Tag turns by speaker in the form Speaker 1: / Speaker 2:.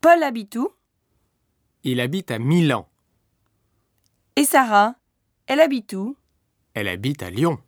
Speaker 1: Paul habite où
Speaker 2: Il habite à Milan.
Speaker 1: Et Sarah, elle habite où
Speaker 2: Elle habite à Lyon.